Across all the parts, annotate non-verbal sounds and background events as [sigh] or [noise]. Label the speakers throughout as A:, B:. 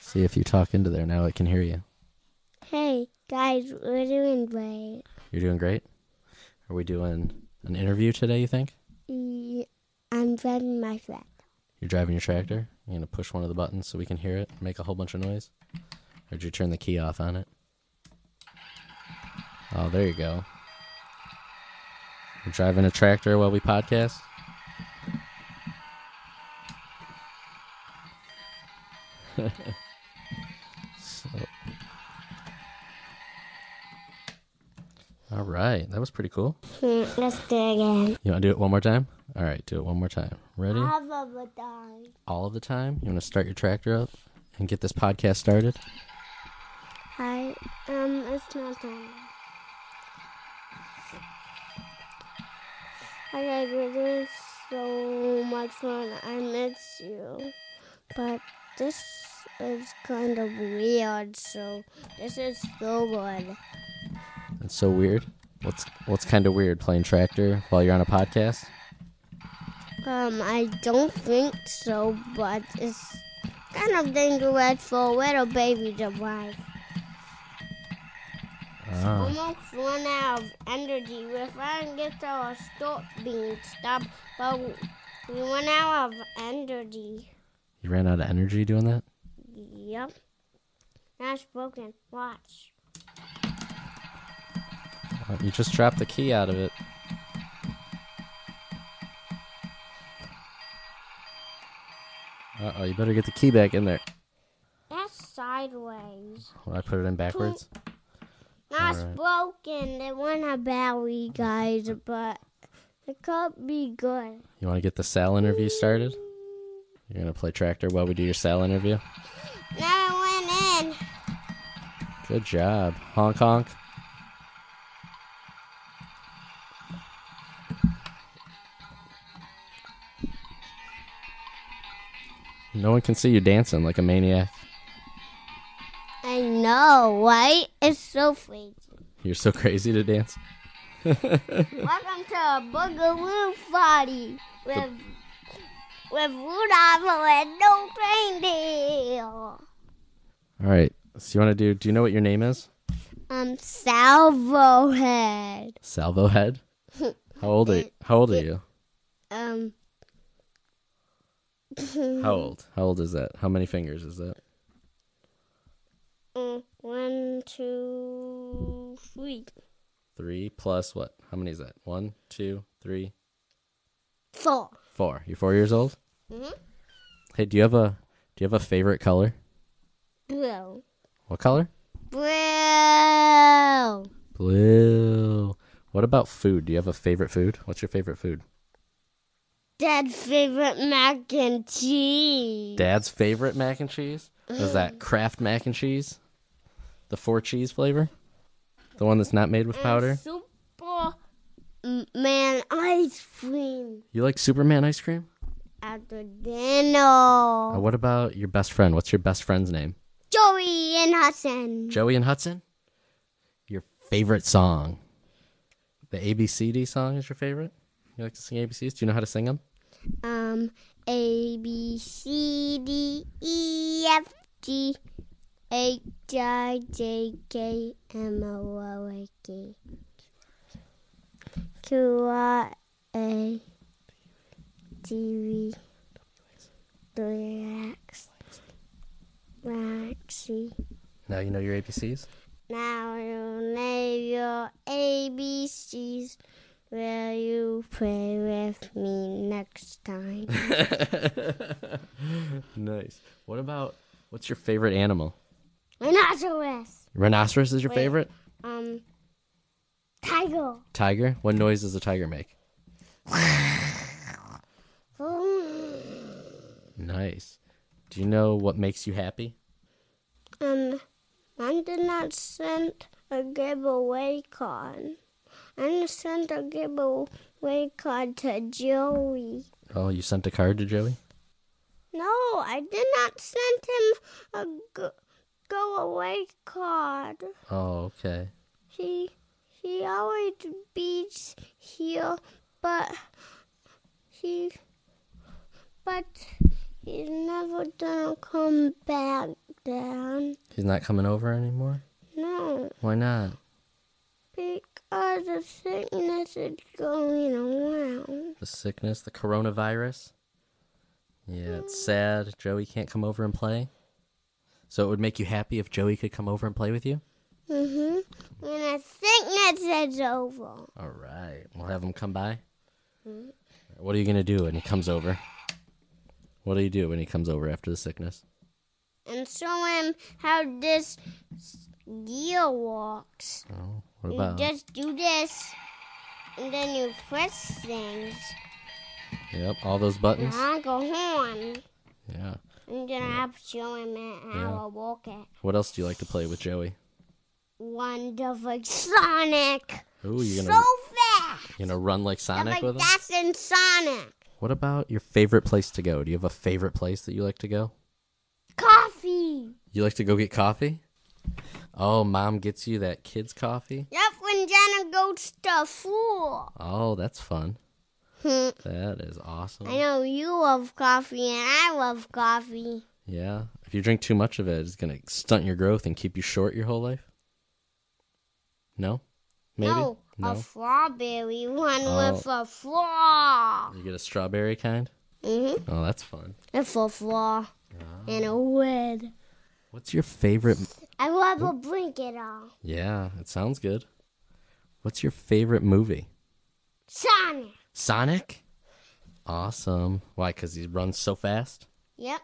A: See if you talk into there now, it can hear you.
B: Hey guys, we're doing great.
A: You're doing great. Are we doing an interview today? You think
B: Y- E, I'm driving my flat.
A: you're driving your tractor? You're gonna push one of the buttons so we can hear it, make a whole bunch of noise, or did you turn the key off on it? Oh, there you go. You're driving a tractor while we podcast. [laughs] so. All right, that was pretty cool.
B: Hmm, [laughs] Let's do it again.
A: You want to do it one more time? All right, do it one more time. Ready?
B: Have a time.
A: All of the time? You want to start your tractor up and get this podcast started?
B: Hi, um, it's not time. Hi guys, we're doing so much fun. I miss you, but this is kind of weird. So this is so good.
A: It's so weird. What's what's kind of weird playing tractor while you're on a podcast?
B: Um, I don't think so, but it's kind of dangerous for a little baby to ride.
A: Ah,
B: Almost run out of energy. We're trying to get to our stop being stopped, but we run out of energy.
A: you ran out of energy doing that?
B: Yep. Now it's broken. Watch.
A: Uh, You just dropped the key out of it. Uh oh, you better get the key back in there.
B: That's sideways.
A: Well, I put it in backwards.
B: Now it's
A: Alright.
B: broken. They want a battery, guys, but it could be good.
A: You want to get the Sal interview started? You're gonna play tractor while we do your Sal interview.
B: Now it went in.
A: Good job. Honk honk. No one can see you dancing like a maniac.
B: I know, right? It's so freaky.
A: You're so [laughs] crazy to dance.
B: Welcome to a Boogaloo party with with Rudolph and no reindeer.
A: All right. So you want to do? Do you know what your name is?
B: Um, Salvo Head.
A: Salvo [laughs] Head. How old are you? How old are you?
B: Um,
A: How old? How old is that? How many fingers is that?
B: mm, one, two, three,
A: Three plus what? How many is that? One, two, three,
B: four.
A: four. You're four years old.
B: Mhm.
A: Hey, do you have a do you have a favorite color?
B: Blue.
A: What color?
B: Blue.
A: Blue. What about food? Do you have a favorite food? What's your favorite food?
B: Dad's favorite mac and cheese.
A: Dad's favorite mac and cheese? Is that Kraft mac and cheese? The four cheese flavor? The one that's not made with powder?
B: Super mm, man ice cream.
A: You like Superman ice cream?
B: after
A: Uh,
B: dinner.
A: what about your best friend? What's your best friend's name?
B: Joey and Hassan.
A: Joey and Hudson? Your favorite song? The ABCD song is your favorite? You like to sing ABCs? Do you know how to sing them?
B: Um, A B C D E F G H I J K M O O A K Q R A T V W X Maxi.
A: Now you know your ABCs?
B: Now you name your ABCs. Will you play with me next time?
A: [laughs] nice. What about, what's your favorite animal?
B: Rhinoceros.
A: Rhinoceros is your favorite?
B: Um, tiger.
A: Tiger? What noise does a tiger make?
B: um,
A: Nice. Do you know what makes you happy?
B: I did not send a giveaway card. I sent a giveaway card to Joey.
A: Oh, you sent a card to Joey?
B: No, I did not send him a go, go away card.
A: Oh, okay.
B: He he always beats here, but he but he's never gonna come back Dad.
A: He's not coming over anymore?
B: No,
A: Why not?
B: because the sickness is going around.
A: The sickness, the coronavirus? Yeah, it's sad. Joey can't come over and play. So it would make you happy if Joey could come over and play with you?
B: Mm-hmm. When the sickness is over.
A: All right. We'll have him come by. What are you going to do when he comes over? What do you do when he comes over after the sickness?
B: And show him how this gear walks.
A: Oh, what
B: You
A: about?
B: just do this, and then you press things.
A: Yep, all those buttons.
B: Honk a horn.
A: Yeah.
B: I'm gonna have to show him how I walk it.
A: What else do you like to play with Joey?
B: Wonderful Sonic.
A: Ooh, you
B: So
A: gonna
B: fast.
A: you gonna run like
B: I'm
A: Sonic
B: like,
A: with him?
B: that's in Sonic.
A: What about your favorite place to go? Do you have a favorite place that you like to go?
B: Coffee.
A: You like to go get coffee? Oh, mom gets you that kids coffee.
B: Yep, when Jenna goes to fool.
A: [laughs] Oh, that's fun.
B: Hmm.
A: That is awesome.
B: I know you love coffee and I love coffee.
A: Yeah. If you drink too much of it, it's gonna stunt your growth and keep you short your whole life. No? Maybe?
B: No, Oh, a strawberry one
A: Oh.
B: with a flaw.
A: You get a strawberry kind?
B: Mm-hmm.
A: Oh, that's fun.
B: It's a flaw
A: Ah.
B: and a lid.
A: What's your favorite
B: I love a blanket on.
A: Yeah, it sounds good. What's your favorite movie?
B: Sonic.
A: Sonic? Awesome. Why? Because he runs so fast?
B: Yep.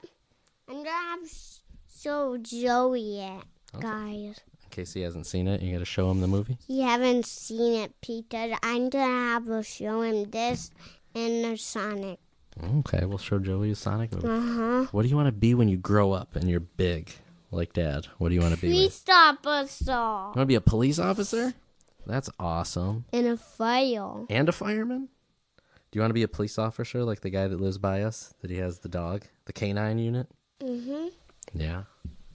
B: I'm gonna have s- so Joey it, guys.
A: In case he hasn't seen it, you gotta show him the movie?
B: You haven't seen it, Peter. I'm gonna have to show him this in the Sonic.
A: Okay, we'll show Joey a Sonic movie.
B: Uh huh.
A: What do you want to be when you grow up and you're big? Like dad. What do you want to be?
B: Please
A: With?
B: stop us all.
A: You want to be a police officer? That's awesome.
B: In a file.
A: And a fireman? Do you want to be a police officer like the guy that lives by us? That he has the dog? The canine unit?
B: Mm-hmm.
A: Yeah.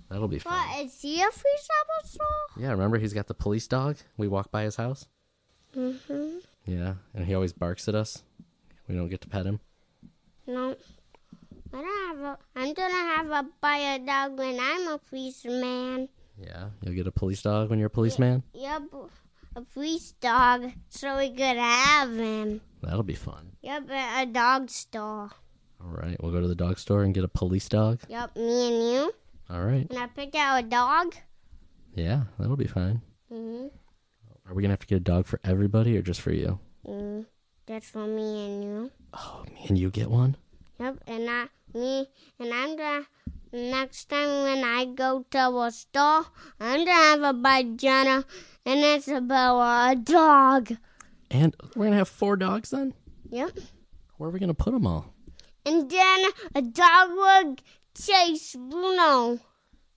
A: That'll be fun.
B: But is he a police officer?
A: Yeah, remember he's got the police dog? We walk by his house?
B: Mm-hmm.
A: Yeah, and he always barks at us. We don't get to pet him.
B: No. I don't have a. I'm gonna have a fire dog when I'm a policeman.
A: Yeah, you'll get a police dog when you're a policeman.
B: Yep. A police dog, so we could have him.
A: That'll be fun.
B: Yep, at a dog store.
A: All right, we'll go to the dog store and get a police dog.
B: Yep, me and you.
A: All right.
B: And I picked out a dog.
A: Yeah, that'll be fine.
B: Mm-hmm.
A: Are we going to have to get a dog for everybody or just for you?
B: Mm-hmm. That's for me and you.
A: Oh, me and you get one?
B: Yep, and I, me, and I'm gonna, next time when I go to a store, I'm gonna have a by Jenna, and it's about a dog.
A: And we're going to have four dogs then?
B: Yep.
A: Where are we going to put them all?
B: And then a dog would chase Bruno.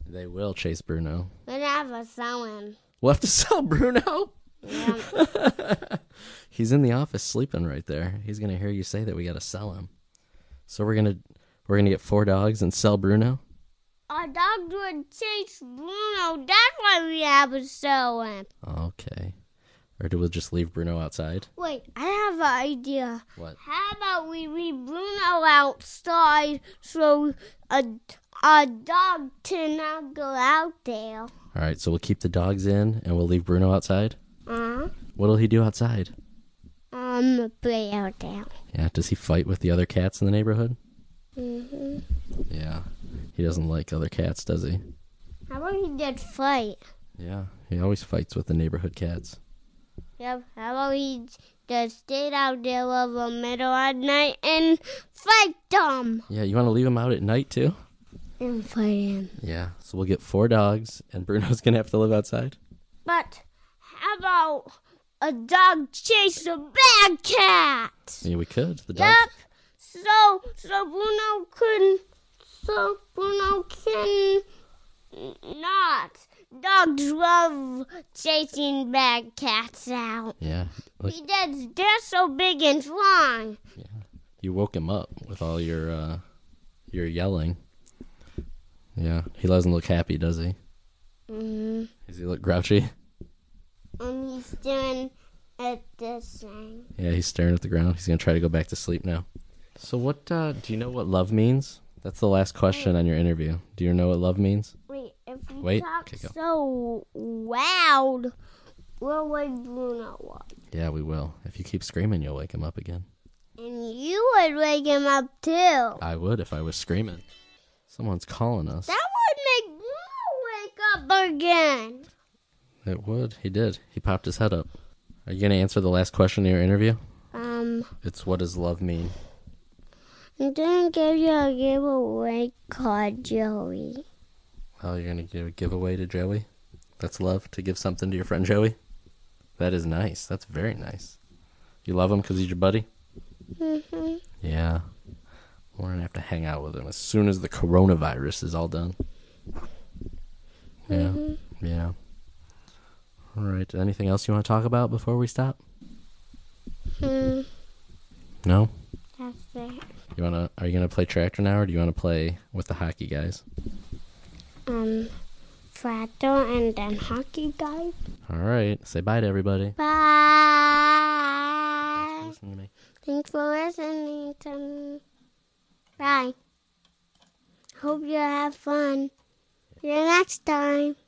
A: They will chase Bruno.
B: We'd have a someone.
A: We'll have to [laughs] sell Bruno. [laughs]
B: Yep.
A: He's in the office sleeping right there. He's going to hear you say that we got to sell him. So we're going to we're going to get four dogs and sell Bruno.
B: a dog would chase Bruno. That's why we have a someone.
A: Okay. Or do we just leave Bruno outside?
B: Wait, I have an idea.
A: What?
B: How about we leave Bruno outside so a, a dog cannot go out there?
A: All right, so we'll keep the dogs in and we'll leave Bruno outside.
B: Uh,
A: What'll he do outside?
B: um, play out there.
A: Yeah, does he fight with the other cats in the neighborhood?
B: Mm-hmm.
A: Yeah. He doesn't like other cats, does he?
B: How about he did fight?
A: Yeah, he always fights with the neighborhood cats.
B: Yep, how about he just stayed out there over middle at night and fight them?
A: Yeah, you want to leave him out at night too?
B: And fight him.
A: Yeah, so we'll get four dogs and [laughs] Bruno's going to have to live outside.
B: But how about a dog chase a bad cat?
A: Yeah, we could. The dogs.
B: Yep. So so Bruno couldn't. So Bruno can not. Dogs love chasing bad cats out.
A: Yeah. Look,
B: He does. They're so big and strong.
A: you woke him up with all your uh your yelling. Yeah, he doesn't look happy, does he?
B: hmm
A: Does he look grouchy?
B: And he's doing at this thing.
A: Yeah, he's staring at the ground. He's gonna try to go back to sleep now. So what uh do you know what love means? That's the last question on your interview. Do you know what love means?
B: Wait,
A: Wait.
B: Talk
A: Okay, go.
B: so loud. We'll wake Bruno up.
A: Yeah, we will. If you keep screaming, you'll wake him up again.
B: And you would wake him up too.
A: I would if I was screaming. Someone's calling us.
B: That would make Bruno wake up again.
A: It would. He did. He popped his head up. Are you going to answer the last question in your interview?
B: Um,
A: It's what does love mean?
B: I'm gonna give you a giveaway card, Joey.
A: Oh, you're going to give a giveaway to Joey? That's love to give something to your friend Joey? That is nice. That's very nice. You love him because he's your buddy?
B: Mm-hmm.
A: Yeah. We're going to have to hang out with him as soon as the coronavirus is all done. Yeah.
B: Mm-hmm.
A: Yeah. All right. Anything else you want to talk about before we stop?
B: Mm,
A: No?
B: that's it.
A: You wanna? Are you gonna play tractor now, or do you wanna play with the hockey guys?
B: Um, Fractal and then hockey guys.
A: All right. Say bye to everybody.
B: Bye.
A: Listen to me.
B: Thanks for listening to me. Bye. Hope you have fun. See you next time.